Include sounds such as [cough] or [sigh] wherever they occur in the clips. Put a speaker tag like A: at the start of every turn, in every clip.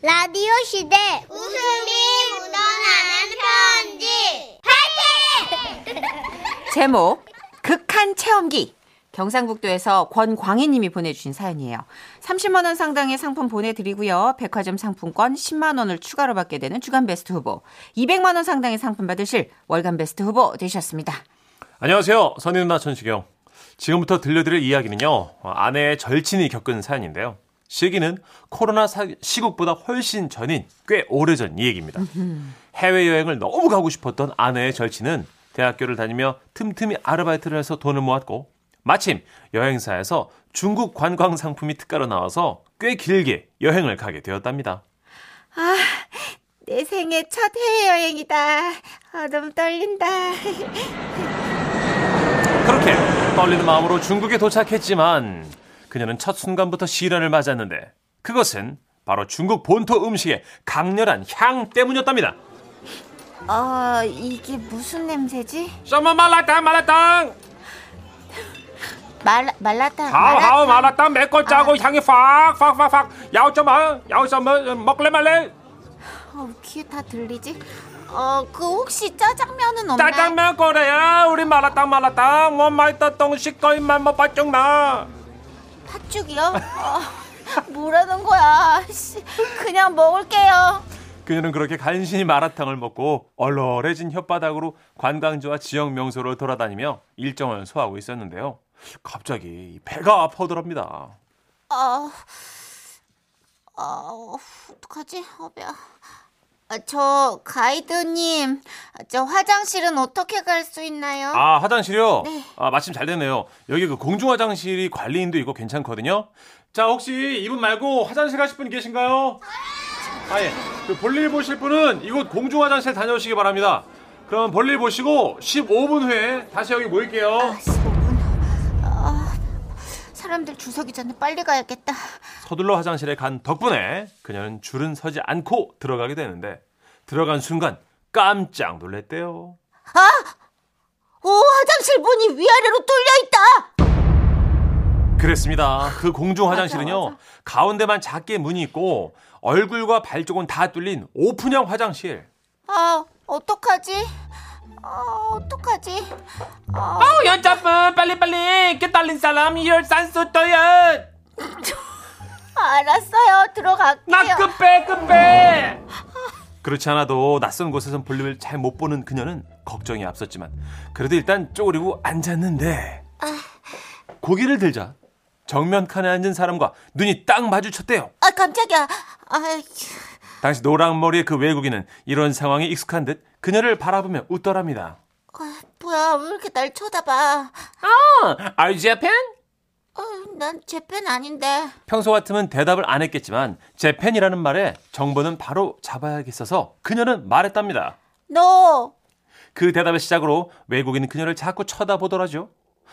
A: 라디오 시대
B: 웃음이 묻어나는 편지.
C: 제목 극한 체험기 경상북도에서 권광희님이 보내주신 사연이에요. 30만 원 상당의 상품 보내드리고요. 백화점 상품권 10만 원을 추가로 받게 되는 주간 베스트 후보, 200만 원 상당의 상품 받으실 월간 베스트 후보 되셨습니다.
D: 안녕하세요. 선인 누나 천식영. 지금부터 들려드릴 이야기는요. 어, 아내의 절친이 겪은 사연인데요. 시기는 코로나 사- 시국보다 훨씬 전인 꽤 오래전 이 얘기입니다. 해외여행을 너무 가고 싶었던 아내의 절친은 대학교를 다니며 틈틈이 아르바이트를 해서 돈을 모았고 마침 여행사에서 중국 관광 상품이 특가로 나와서 꽤 길게 여행을 가게 되었답니다.
C: 내 생애 첫 해외여행이다. 아, 너무 떨린다.
D: 그렇게 떨리는 마음으로 중국에 도착했지만 그녀는 첫 순간부터 시련을 맞았는데 그것은 바로 중국 본토 음식의 강렬한 향 때문이었답니다.
C: 어, 이게 무슨 냄새지?
D: 샤마 말라탕 말라탕
C: 말, 말라탕. 아.
D: 하오
C: 말라-
D: 하오 말라탕 맵고 짜고 향이 팍팍팍팍 야오쩌마 야오쩌마 음, 먹래 말래
C: 어, 귀에 다 들리지? 어, 그 혹시 짜장면은 없나요?
D: 짜장면 거래야 우리 말라탕 말라탕 엄마이따 뭐, 똥식 거인만 못 봤쩡마
C: 팥죽이요? 어, 뭐라는 거야? 씨, 그냥 먹을게요.
D: 그녀는 그렇게 간신히 마라탕을 먹고 얼얼해진 혓바닥으로 관광지와 지역 명소를 돌아다니며 일정을 소화하고 있었는데요. 갑자기 배가 아프더랍니다.
C: 어, 어, 어떡하지? 어, 배야. 아, 저 가이드님, 저 화장실은 어떻게 갈 수 있나요?
D: 아 화장실이요?
C: 네.
D: 아 마침 잘 되네요. 여기 그 공중 화장실이 관리인도 있고 괜찮거든요. 자 혹시 이분 말고 화장실 가실 분 계신가요? 아예 그 볼일 보실 분은 이곳 공중 화장실 다녀오시기 바랍니다. 그럼 볼일 보시고 15분 후에 다시 여기 모일게요.
C: 15분. 아, 사람들 주서기 전에 빨리 가야겠다.
D: 서둘러 화장실에 간 덕분에 그녀는 줄은 서지 않고 들어가게 되는데 들어간 순간 깜짝 놀랬대요.
C: 아! 오, 화장실 문이 위아래로 뚫려 있다.
D: 그랬습니다. 그 공중 화장실은요
C: 맞아,
D: 가운데만 작게 문이 있고 얼굴과 발 쪽은 다 뚫린 오픈형 화장실.
C: 아, 어떡하지? 아, 어떡하지?
D: 아우 연자분 빨리 빨리 깨달린 사람 이열 산수 떠야
C: 알았어요. 들어갈게요.
D: 급해 급해. 그렇지 않아도 낯선 곳에선 볼륨을 잘 못 보는 그녀는 걱정이 앞섰지만 그래도 일단 쪼그리고 앉았는데 고개를 들자 정면 칸에 앉은 사람과 눈이 딱 마주쳤대요.
C: 아, 깜짝이야. 아,
D: 당시 노랑 머리의 그 외국인은 이런 상황에 익숙한 듯 그녀를 바라보며 웃더랍니다.
C: 아, 뭐야, 왜 이렇게 날 쳐다봐?
D: 아, Are you Japan?
C: 어, 난 재팬 아닌데.
D: 평소 같으면 대답을 안 했겠지만 재팬이라는 말에 정보는 바로 잡아야겠어서 그녀는 말했답니다.
C: 너,
D: 그 대답의 시작으로 외국인은 그녀를 자꾸 쳐다보더라죠.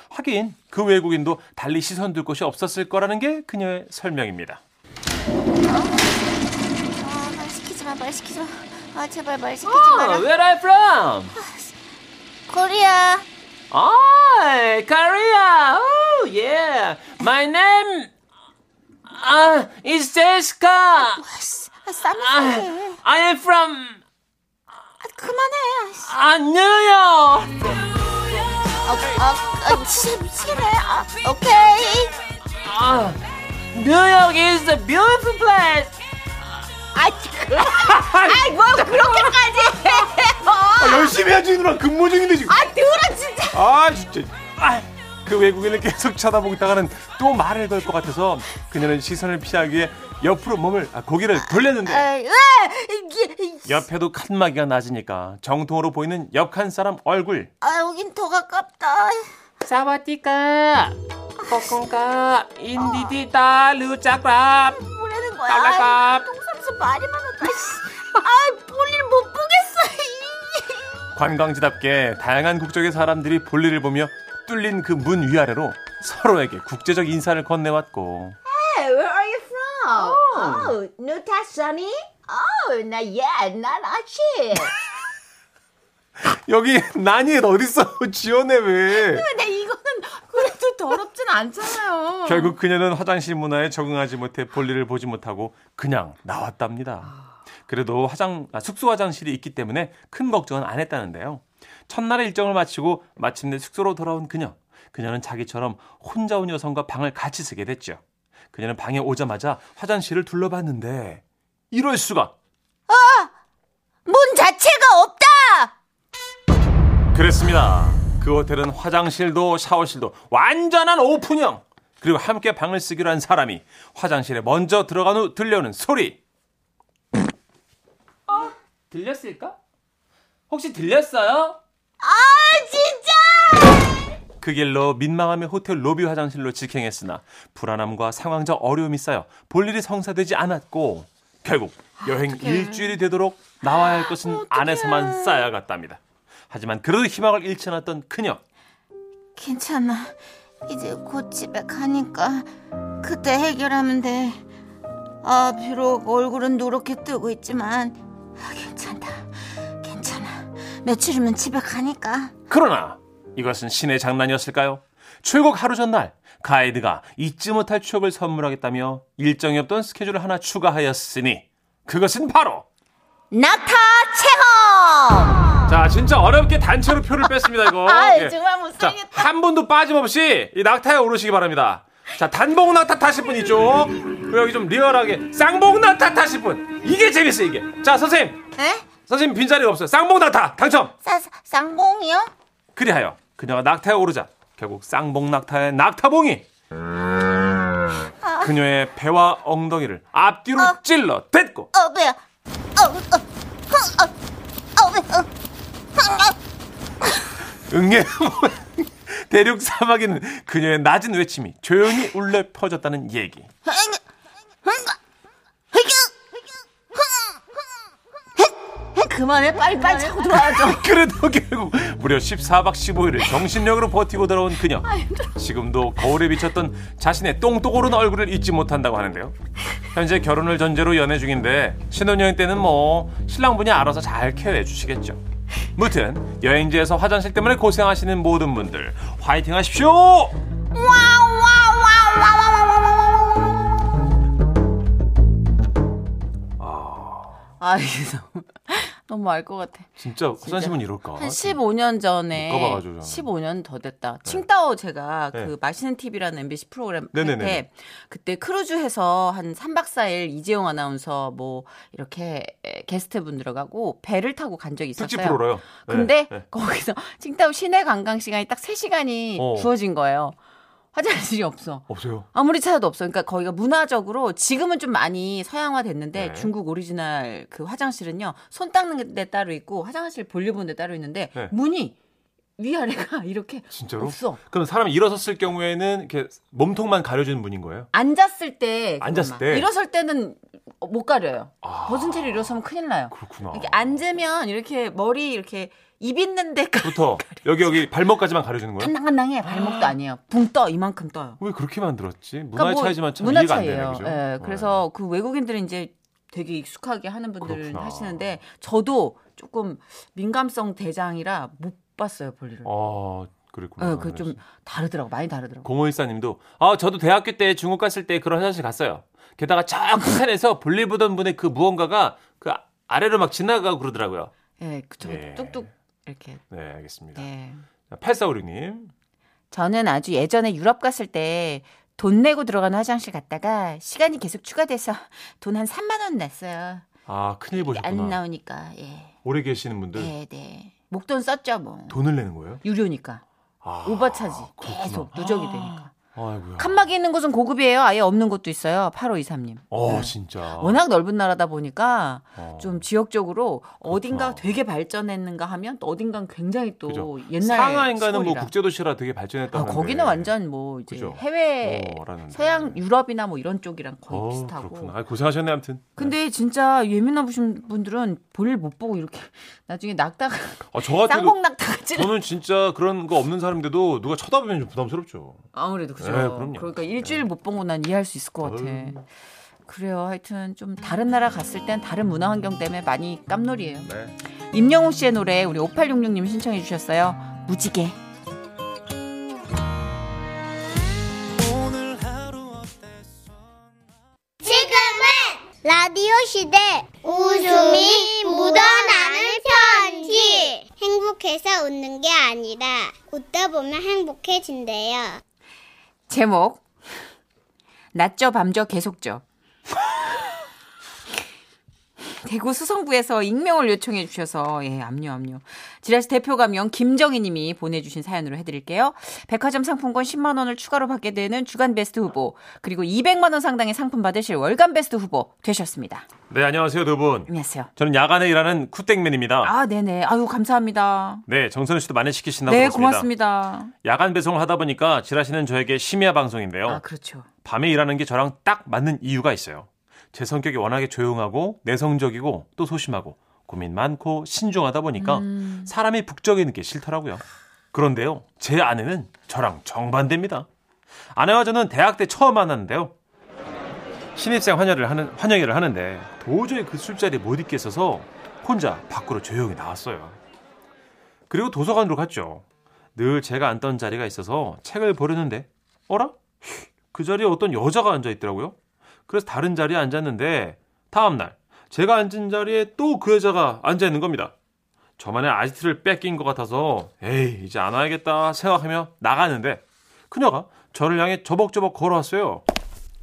D: 하긴 그 외국인도 달리 시선 둘 곳이 없었을 거라는 게 그녀의 설명입니다.
C: 아, 말 시키지 마, 말 시키지 마. 아, 제발 말 시키지 마라.
D: where are you from?
C: 코리아.
D: Oh, Korea. Oh, yeah. My name uh, is Jessica.
C: 아, 싸면서 해.
D: I am from
C: 아, 그만해. 아, 씨.
D: uh, New York.
C: 아, 아, 아, 진짜 미치겠네. 아, 오케이.
D: Uh, New York is a beautiful place.
C: 아이, 그, 아이, 뭐, 그렇게까지. [laughs] 해.
D: 아, 열심히 해야지 누나 근무 중인데 지금.
C: 아, 들어, 진짜.
D: 아 진짜 아, 그 외국인을 계속 쳐다보고 있다가는 또 말을 걸 것 같아서 그녀는 시선을 피하기 위해 옆으로 몸을 아, 고개를 돌렸는데
C: 아, 으아, 이게, 이-
D: 옆에도 칸막이가 낮으니까 정통으로 보이는 옆 칸 사람 얼굴
C: 아, 여긴 더 가깝다.
E: 사와디까 코콘까 인디디다 루짜크랍
C: 뭐라는 거야?
E: 달라갑
C: 동삼수 말이 많았다. 아, 볼일 못 보겠어.
D: 관광지답게 다양한 국적의 사람들이 볼일을 보며 뚫린 그 문 위아래로 서로에게 국제적 인사를 건네왔고
A: Hey, where are you from?
C: 어.
A: Oh, no touch, Sunny? Oh, not yet, not Archie
D: 여기 난이엔 어딨어 [laughs] 지원해 왜
C: 근데 이거는 그래도 더 더럽진 않잖아요.
D: 결국 그녀는 화장실 문화에 적응하지 못해 볼일을 보지 못하고 그냥 나왔답니다. 그래도 화장 아, 숙소 화장실이 있기 때문에 큰 걱정은 안 했다는데요. 첫날의 일정을 마치고 마침내 숙소로 돌아온 그녀. 그녀는 자기처럼 혼자 온 여성과 방을 같이 쓰게 됐죠. 그녀는 방에 오자마자 화장실을 둘러봤는데 이럴 수가.
A: 문 자체가 없다.
D: 그랬습니다. 그 호텔은 화장실도 샤워실도 완전한 오픈형. 그리고 함께 방을 쓰기로 한 사람이 화장실에 먼저 들어간 후 들려오는 소리.
E: 어? 들렸을까? 혹시 들렸어요?
D: 그 길로 민망함의 호텔 로비 화장실로 직행했으나 불안함과 상황적 어려움이 쌓여 볼 일이 성사되지 않았고 결국
E: 아,
D: 여행 일주일이 되도록 나와야 할 것은 안에서만 쌓여갔답니다. 하지만 그래도 희망을 잃지 않았던 그녀.
F: 괜찮아. 이제 곧 집에 가니까 그때 해결하면 돼. 아, 비록 얼굴은 누렇게 뜨고 있지만 아, 괜찮다. 괜찮아. 며칠이면 집에 가니까.
D: 그러나 이것은 신의 장난이었을까요? 출국 하루 전날 가이드가 잊지 못할 추억을 선물하겠다며 일정이 없던 스케줄을 하나 추가하였으니 그것은 바로
A: 나타 체험.
D: 자 진짜 어렵게 단체로 표를 뺐습니다 이거.
A: [laughs] 아,
D: 예.
A: 정말
D: 자,
A: 못생겼다.
D: 한 분도 빠짐없이 이 낙타에 오르시기 바랍니다. 자, 단봉 낙타 타실 분 있죠? 그리고 여기 좀 리얼하게 쌍봉 낙타 타실 분. 이게 재밌어, 이게. 자, 선생님.
F: 에?
D: 선생님 빈자리 없어요. 쌍봉 낙타 당첨.
F: 싸, 쌍봉이요?
D: 그리하여 그녀가 낙타에 오르자 결국 쌍봉 낙타의 낙타봉이 그녀의 배와 엉덩이를 앞뒤로 찔러 댔고
F: 어, 배야. 어, 어, 흥, 어, 어, 배, 어, 흥, 어.
D: 응애 [laughs] 대륙 사막에는 그녀의 낮은 외침이 조용히 울려 퍼졌다는 얘기.
A: 그만해 빨리 빨리 자고 들어와줘.
D: 아, 그래도 결국 무려 14박 15일을 정신력으로 버티고 돌아온 그녀. 지금도 거울에 비쳤던 자신의 똥똑 오른 얼굴을 잊지 못한다고 하는데요. 현재 결혼을 전제로 연애 중인데 신혼여행 때는 뭐 신랑분이 알아서 잘 케어해 주시겠죠. 무튼 여행지에서 화장실 때문에 고생하시는 모든 분들 화이팅 하십시오.
C: 아, 이게 너무, 너무 알 것 같아.
D: 진짜 화장실은 이럴까?
C: 한 15년 전에
D: 못 가봐가지고 아, 저는.
C: 15년 더 됐다. 칭따오 제가
D: 네.
C: 그 맛있는 TV라는 MBC 프로그램
D: 네네네.
C: 때 그때 크루즈해서 한 3박 4일 이재용 아나운서 뭐 이렇게 게스트분들하고 배를 타고 간 적이
D: 특집
C: 있었어요.
D: 프로로요. 네,
C: 근데
D: 네.
C: 거기서 [laughs] 칭따오 시내 관광 시간이 딱 3시간이
D: 어.
C: 주어진 거예요. 화장실이 없어.
D: 없어요.
C: 아무리 찾아도 없어. 그러니까 거기가 문화적으로 지금은 좀 많이 서양화 됐는데
D: 네.
C: 중국 오리지널 그 화장실은요. 손 닦는 데 따로 있고 화장실 볼일 보는 데 따로 있는데
D: 네.
C: 문이 위아래가 [laughs] 이렇게
D: 진짜로?
C: 없어.
D: 그럼 사람이 일어섰을 경우에는 이렇게 몸통만 가려주는 분인 거예요?
C: 앉았을 때 그것만.
D: 앉았을 때?
C: 일어설 때는 못 가려요.
D: 아.
C: 벗은 채로 일어서면 큰일 나요.
D: 그렇구나.
C: 이렇게 앉으면 이렇게 머리 이렇게 입 있는 데까지
D: 부터 여기 여기 발목까지만 가려주는 거예요?
C: 간당간당해. 발목도 아니에요. 붕 떠 이만큼 떠요.
D: 왜 그렇게 만들었지? 문화의
C: 그러니까 뭐
D: 차이지만 참
C: 문화
D: 이해가
C: 차이예요.
D: 안 되는 거죠. 네. 어.
C: 예, 그래서 그 외국인들은 이제 되게 익숙하게 하는 분들은
D: 그렇구나.
C: 하시는데 저도 조금 민감성 대장이라 못 봤어요 볼일을. 예,
D: 어, 그랬구나.
C: 그좀 다르더라고 많이 다르더라고.
D: 공호일사님도 아 저도 대학교 때 중국 갔을 때 그런 화장실 갔어요. 게다가 저 북한에서 볼일 보던 분의 그 무언가가 그 아래로 막 지나가고 그러더라고요.
C: 예, 그쵸
D: 예.
C: 뚝뚝 이렇게.
D: 네 알겠습니다.
C: 예.
D: 자, 8456님
C: 저는 아주 예전에 유럽 갔을 때. 돈 내고 들어가는 화장실 갔다가 시간이 계속 추가돼서 [laughs] 돈 한 3만 원 냈어요.
D: 아 큰일
C: 안
D: 보셨구나.
C: 나오니까 예.
D: 오래 계시는 분들
C: 네, 네. 목돈 썼죠, 뭐.
D: 돈을 내는 거예요?
C: 유료니까.
D: 아,
C: 오버차지.
D: 그렇구나.
C: 계속 누적이 되니까.
D: 아이고야.
C: 칸막이 있는 곳은 고급이에요. 아예 없는 곳도 있어요. 8523님.
D: 어 진짜.
C: 워낙 넓은 나라다 보니까
D: 어.
C: 좀 지역적으로 어딘가
D: 그렇구나.
C: 되게 발전했는가 하면 또 어딘간 굉장히 또
D: 그죠.
C: 옛날
D: 상하인가는 뭐
C: 시골이라.
D: 국제도시라 되게
C: 아,
D: 발전했다는데.
C: 거기는 완전 뭐 이제
D: 그죠.
C: 해외
D: 뭐라는데. 네.
C: 서양 유럽이나 뭐 이런 쪽이랑 거의
D: 어,
C: 비슷하고.
D: 그렇구나. 아, 고생하셨네 아무튼.
C: 근데 진짜 예민하신 분들은 볼일 못 보고 이렇게 나중에 낙타가
D: 아, 저 같아도
C: 쌍봉 낙타가 찌
D: 저는 진짜 그런 거 없는 사람인데도 누가 쳐다보면 좀 부담스럽죠.
C: 아무래도 그죠.
D: 예, 그럼요. 네.
C: 그러니까 일주일 못 본 거 난 이해할 수 있을 것 같아.
D: 어휴.
C: 그래요. 하여튼 좀 다른 나라 갔을 땐 다른 문화 환경 때문에 많이 깜놀이에요.
D: 네.
C: 임영웅 씨의 노래 우리 5866님 신청해 주셨어요. 무지개.
B: 라디오 시대 웃음이 묻어나는 편지 행복해서 웃는 게 아니라 웃다 보면 행복해진대요.
C: 제목 낮저 밤저 계속저 대구 수성구에서 익명을 요청해 주셔서 예 압류 압류 지라시 대표 감영 김정희님이 보내주신 사연으로 해드릴게요 백화점 상품권 10만 원을 추가로 받게 되는 주간 베스트 후보 그리고 200만 원 상당의 상품 받으실 월간 베스트 후보 되셨습니다
D: 네, 안녕하세요, 두 분.
C: 안녕하세요
D: 저는 야간에 일하는 쿠땡맨입니다.
C: 아 네네 아유 감사합니다
D: 네, 정선우 씨도 많이 시키신다고
C: 네
D: 들었습니다.
C: 고맙습니다
D: 야간 배송을 하다 보니까 지라시는 저에게 심야 방송인데요.
C: 아 그렇죠
D: 밤에 일하는 게 저랑 딱 맞는 이유가 있어요. 제 성격이 워낙에 조용하고 내성적이고 또 소심하고 고민 많고 신중하다 보니까 사람이 북적이는 게 싫더라고요. 그런데요, 제 아내는 저랑 정반대입니다. 아내와 저는 대학 때 처음 만났는데요. 신입생 환영을 하는 환영회를 하는데 도저히 그 술자리에 못 있겠어서 혼자 밖으로 조용히 나왔어요. 그리고 도서관으로 갔죠. 늘 제가 앉던 자리가 있어서 책을 보려는데 어라? 그 자리에 어떤 여자가 앉아 있더라고요. 그래서 다른 자리에 앉았는데 다음 날 제가 앉은 자리에 또 그 여자가 앉아 있는 겁니다. 저만의 아지트를 뺏긴 것 같아서 에이 이제 안 와야겠다 생각하며 나가는데 그녀가 저를 향해 저벅저벅 걸어왔어요.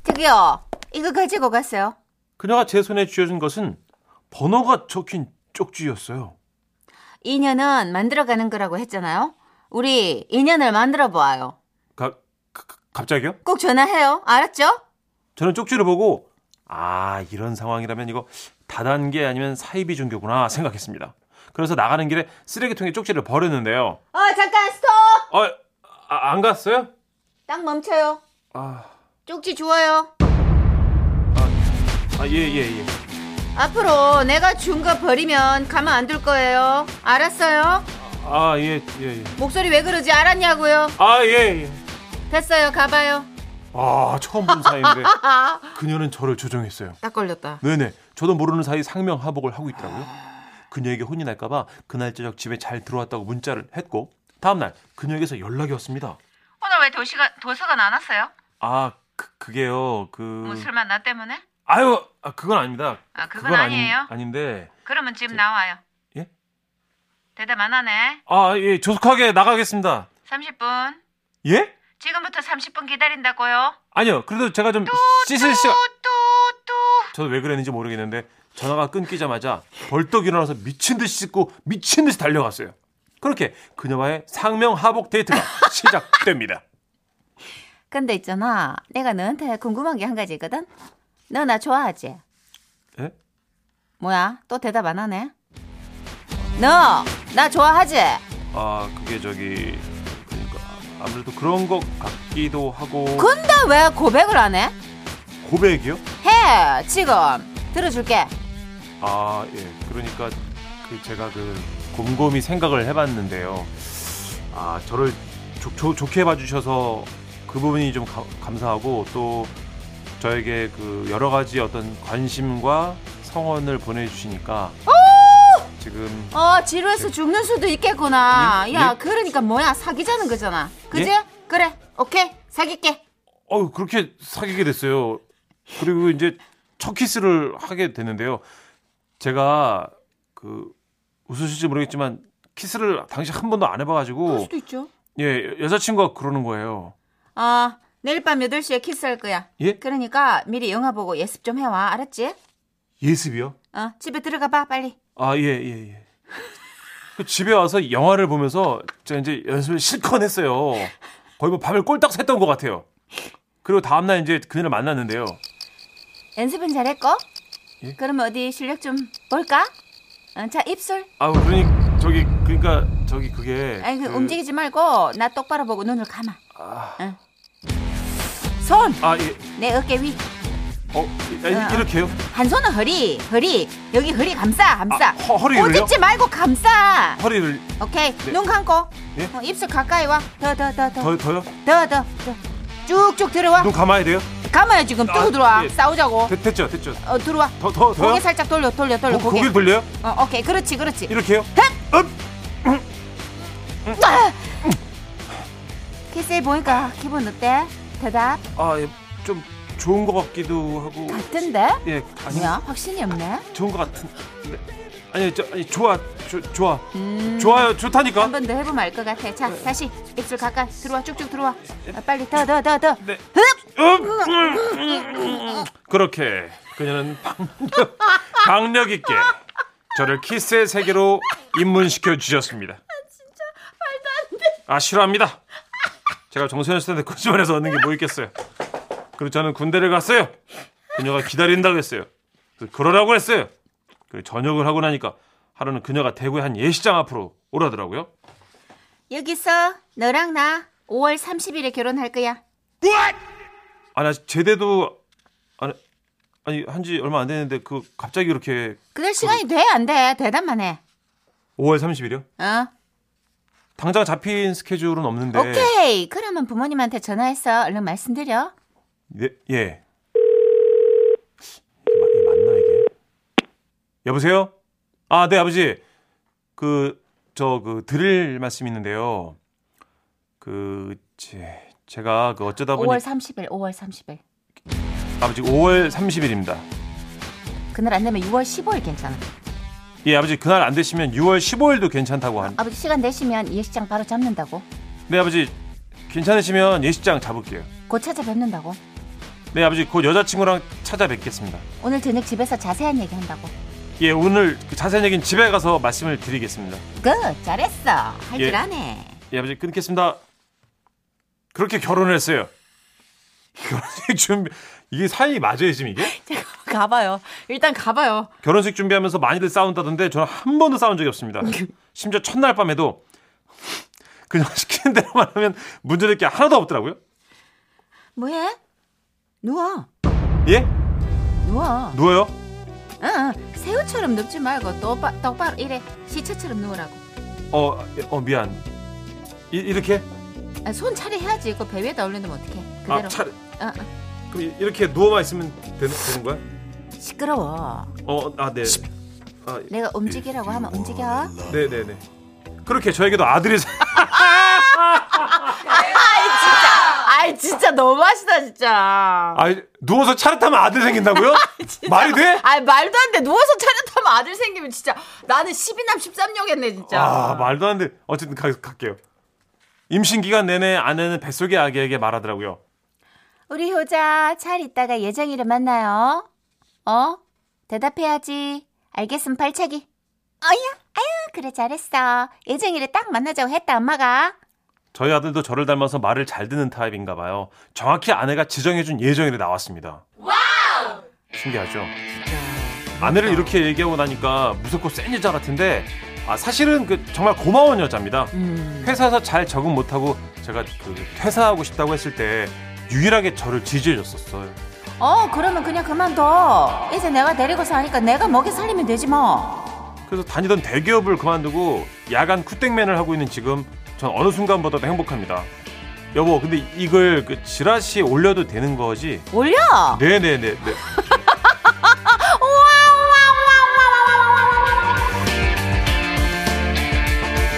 C: 저기요 이거 가지고 갔어요
D: 그녀가 제 손에 쥐어준 것은 번호가 적힌 쪽지였어요.
C: 인연은 만들어가는 거라고 했잖아요. 우리 인연을 만들어 보아요.
D: 가, 가- 가- 갑자기요?
C: 꼭 전화해요. 알았죠? 어,
D: 저는 쪽지를 보고 아 이런 상황이라면 이거 다단계 아니면 사이비 종교구나 생각했습니다. 그래서 나가는 길에 쓰레기통에 쪽지를 버렸는데요.
A: 어, 잠깐 스톱!
D: 어, 아, 안 갔어요?
A: 딱 멈춰요.
D: 아,
C: 쪽지 주워요.
D: 아, 예, 예, 예.
C: 앞으로 내가 준 거 버리면 가만 안 둘 거예요. 알았어요?
D: 아, 예, 예, 예.
C: 목소리 왜 그러지 알았냐고요?
D: 아, 예, 예.
C: 됐어요. 가봐요. 아,
D: 아, 처음 본 사이인데 그녀는 저를 조종했어요.
C: 딱 걸렸다.
D: 네네. 저도 모르는 사이 상명하복을 하고 있더라고요. 그녀에게 혼이 날까봐 그날 저녁 집에 잘 들어왔다고 문자를 했고 다음날 그녀에게서 연락이 왔습니다.
C: 오늘 왜 도시가, 도서관 안 왔어요?
D: 아, 그, 그게요. 그
C: 뭐 술만 나 때문에?
D: 아유, 아, 그건 아닙니다.
C: 아, 그건 아니에요?
D: 아닌, 데
C: 그러면 지금 나와요.
D: 예?
C: 대답 안 하네.
D: 아, 예, 조속하게 나가겠습니다.
C: 30분.
D: 예?
C: 지금부터 30분 기다린다고요.
D: 아니요. 그래도 제가 좀 씻을 시간
C: 뚜뚜.
D: 저도 왜 그랬는지 모르겠는데 전화가 끊기자마자 벌떡 일어나서 미친 듯이 씻고 미친 듯이 달려갔어요. 그렇게 그녀와의
C: [laughs]
D: 상명하복 데이트가 시작됩니다.
C: 근데 있잖아, 내가 너한테 궁금한 게 한 가지 있거든. 너 나 좋아하지?
D: 예?
C: 뭐야? 또 대답 안 하네? 너 나 좋아하지?
D: 아 그게 저기 그러니까 아무래도 그런 것 같기도 하고
C: 근데 왜 고백을 안 해?
D: 고백이요?
C: 해 지금 들어줄게.
D: 아 예. 그러니까 그 제가 그 곰곰이 생각을 해봤는데요. 아 저를 좋, 좋, 좋게 봐주셔서 그 부분이 좀 가- 감사하고 또 저에게 그 여러 가지 어떤 관심과 성원을 보내주시니까 지금
C: 어 지루해서 죽는 수도 있겠구나.
D: 예?
C: 야
D: 예?
C: 그러니까 뭐야 사귀자는 거잖아. 그지?
D: 예?
C: 그래 오케이 사귈게.
D: 어 그렇게 사귀게 됐어요. 그리고 이제 첫 키스를 하게 되는데요. 제가 그 웃으실지 모르겠지만 키스를 당시 한 번도 안 해봐가지고
C: 있죠.
D: 예 여자친구가 그러는 거예요.
C: 어 내일 밤 8시에 키스할 거야.
D: 예?
C: 그러니까 미리 영화 보고 예습 좀 해와 알았지?
D: 예습이요?
C: 어 집에 들어가 봐 빨리.
D: 아 예 예 예. 그 집에 와서 영화를 보면서 제가 이제 연습을 실컷 했어요. 거의 뭐 밤을 꼴딱 샜던 것 같아요. 그리고 다음날 이제 그녀를 만났는데요.
C: 연습은 잘했고?
D: 예?
C: 그럼 어디 실력 좀 볼까? 어, 자 입술
D: 아 그러니 저기 그러니까 저기 그게
C: 아니 그
D: 그-
C: 움직이지 말고 나 똑바로 보고 눈을 감아
D: 아,
C: 손 내
D: 아 예.
C: 어깨 위 한
D: 어,
C: 아.
D: 이- 이렇게요?
C: 손은 허리 허리 여기 허리 감싸 감싸
D: 아, 허- 허리를요?
C: 꼬집지 말고 감싸
D: 허리를
C: 오케이
D: 네.
C: 눈 감고
D: 예?
C: 어, 입술 가까이
D: 더
C: 와더더더더더더
D: 더요?
C: 쭉쭉 들어와
D: 눈 감아야 돼요?
C: 감아야 지금
D: 아,
C: 쭉 들어와
D: 예.
C: 싸우자고
D: 됐, 됐죠, 됐죠.
C: 어 들어와
D: 더 더 더요?
C: 고개 살짝 돌려 돌려 돌려
D: 고,
C: 고개
D: 고개를 돌려요?
C: 어, 오케이 그렇지 그렇지
D: 이렇게요?
C: 키스해 보니까 기분 어때? 대답
D: 아, 예, 좀 좋은 것 같기도 하고
C: 같은데?
D: 예 아니
C: 뭐야? 확신이 없네?
D: 좋은 것 같은 데 아니 저 아니 좋아 조, 좋아 좋아요 좋다니까
C: 한 번 더 해보면 알 것 같아. 자,
D: 네.
C: 다시. 입술 가까이. 들어와, 쭉쭉 들어와. 아, 빨리, 더, 더, 더, 더.
D: 네. 음, 음, 음, 음. 그렇게 그녀는 박력, 박력 있게 저를 키스의 세계로 입문시켜 주셨습니다. 아 싫어합니다. 제가 정선현 씨한테 거짓말해서 얻는 게 뭐 있겠어요. 그리고 저는 군대를 갔어요. 그녀가 기다린다고 했어요. 그래서 그러라고 했어요. 그리고 전역을 하고 나니까 하루는 그녀가 대구의 한 예시장 앞으로 오라더라고요.
C: 여기서 너랑 나 5월 30일에 결혼할 거야.
D: 아니 아직 제대도 아니 아니 한지 얼마 안 됐는데 그 갑자기 그렇게
C: 그럴 시간이
D: 그렇죠.
C: 돼, 안 돼. 대답만 해.
D: 5월 30일이요?
C: 어?
D: 당장 잡힌 스케줄은 없는데
C: 오케이. 그러면 부모님한테 전화해서 얼른 말씀드려.
D: 네, 예. 이게, 마- 이게 맞나 이게? 여보세요? 아, 네 아버지. 그 저 그 드릴 말씀 이 있는데요. 그 제, 제가 그 어쩌다 보니
C: 5월 30일, 5월 30일.
D: 아버지 5월 30일입니다.
C: 그날 안 되면 6월 15일 괜찮아.
D: 예, 아버지 그날 안 되시면 6월 15일도 괜찮다고 한.
C: 아버지 시간 되시면 예식장 바로 잡는다고.
D: 네, 아버지 괜찮으시면 예식장 잡을게요.
C: 곧 찾아뵙는다고.
D: 네, 아버지 곧 여자친구랑 찾아뵙겠습니다.
C: 오늘 저녁 집에서 자세한 얘기 한다고.
D: 예, 오늘 그 자세한 얘기는 집에 가서 말씀을 드리겠습니다.
C: 굿, 그, 잘했어. 할 줄
D: 예.
C: 아네. [laughs]
D: 예, 아버지 끊겠습니다. 그렇게 결혼을 했어요. [laughs] 결혼식 준비 이게 사이 맞아요 지금 이게?
C: 가봐요. 일단 가봐요.
D: 결혼식 준비하면서 많이들 싸운다던데 저는 한 번도 싸운 적이 없습니다. 심지어 첫날 밤에도 [laughs] 그냥 시키는 대로만 하면 문제될 게 하나도 없더라고요.
C: 뭐해? 누워.
D: 예?
C: 누워.
D: 누워요?
C: 응, 응. 새우처럼 눕지 말고 똑바, 똑바로 이래. 시체처럼 누우라고.
D: 어, 예, 어 미안. 이, 이렇게?
C: 아, 손 차례 해야지. 그배 위에다 올려놓으면 어떡해. 그대로.
D: 아, 차,
C: 어, 어.
D: 그럼 이- 이렇게 누워만 있으면 되는, 되는 거야?
C: 시끄러워.
D: 어, 아, 네. 아,
C: 내가 움직이라고 하면 움직여.
D: 네, 네, 네. 그렇게 저에게도 아들이 생- [laughs]
C: 아이, 진짜 너무하시다, 진짜.
D: 아, 누워서 차를 타면 아들 생긴다고요? 말이 돼?
C: 아이, 말도 안 돼. 누워서 차려 타면 아들 생기면 진짜. 나는 12남 13녀 했네, 진짜.
D: 아, 말도 안 돼. 어쨌든 가, 갈게요. 임신 기간 내내 아내는 뱃속의 아기에게 말하더라고요.
C: 우리 효자 잘 있다가 예정일에 만나요. 어? 대답해야지. 알겠음 발차기. 어휴, 아유, 그래 잘했어. 예정일에 딱 만나자고 했다 엄마가.
D: 저희 아들도 저를 닮아서 말을 잘 듣는 타입인가 봐요. 정확히 아내가 지정해준 예정일에 나왔습니다. 신기하죠? 아내를 이렇게 얘기하고 나니까 무섭고 센 여자 같은데 아, 사실은 그 정말 고마운 여자입니다. 회사에서 잘 적응 못하고 제가 그 퇴사하고 싶다고 했을 때 유일하게 저를 지지해줬었어요.
C: 어, 그러면 그냥 그만둬. 이제 내가 데리고 사니까 내가 먹여 살리면 되지 뭐.
D: 그래서 다니던 대기업을 그만두고 야간 쿠땡맨을 하고 있는 지금 전 어느 순간보다도 행복합니다. 여보, 근데 이걸 그 지라시에 올려도 되는 거지?
C: 올려.
D: 네네네. 네.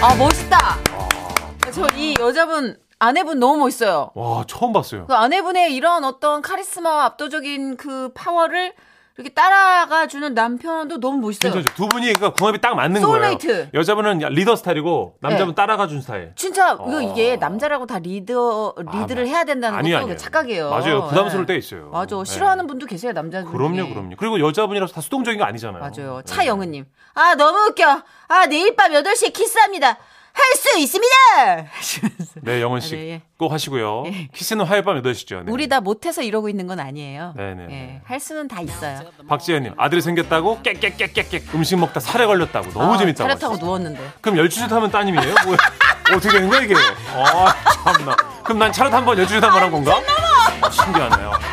C: 아 멋있다. 저 이 여자분 아내분 너무 멋있어요.
D: 와 처음 봤어요.
C: 그 아내분의 이런 어떤 카리스마와 압도적인 그 파워를 이렇게 따라가 주는 남편도 너무 멋있어요.
D: 괜찮죠? 두 분이 그러니까 궁합이 딱 맞는 거예요.
C: 소울메이트.
D: 여자분은 리더 스타일이고 남자분
C: 네.
D: 따라가준 스타일.
C: 진짜
D: 어.
C: 이거
D: 아,
C: 이게 남자라고 다 리더 리드를
D: 맞-
C: 해야 된다는
D: 아니에요,
C: 것도
D: 아니에요.
C: 착각이에요.
D: 맞아요. 부담스러울
C: 네.
D: 때 있어요.
C: 맞아.
D: 네.
C: 싫어하는 분도 계세요 남자분.
D: 그럼요, 예. 그럼요. 그리고 여자분이라서 다 수동적인 거 아니잖아요. 네.
C: 맞아요. 차영은님. 아 너무 웃겨. 아 내일 밤 8시에 키스합니다. 할 수 있습니다.
D: 네, 영은 씨.
C: 아, 네, 예.
D: 꼭 하시고요. 키스는 화요일 밤 8시죠. 네.
C: 우리 다 못해서 이러고 있는 건 아니에요.
D: 네, 네,
C: 예,
D: 네.
C: 할 수는 다 있어요.
D: 박지현님 아들이 생겼다고 깨깨깨깨깨 음식 먹다 살에 걸렸다고 너무
C: 아,
D: 재밌다고.
C: 차렷하고
D: 하셨어요.
C: 누웠는데.
D: 그럼 열주주 타면 따님이에요? 뭐야? [laughs] 어떻게
C: 아,
D: 되는 거야 이게? 아 참나. 그럼 난 차렷 한번 열주주 타면 한 건가? 신기하네요.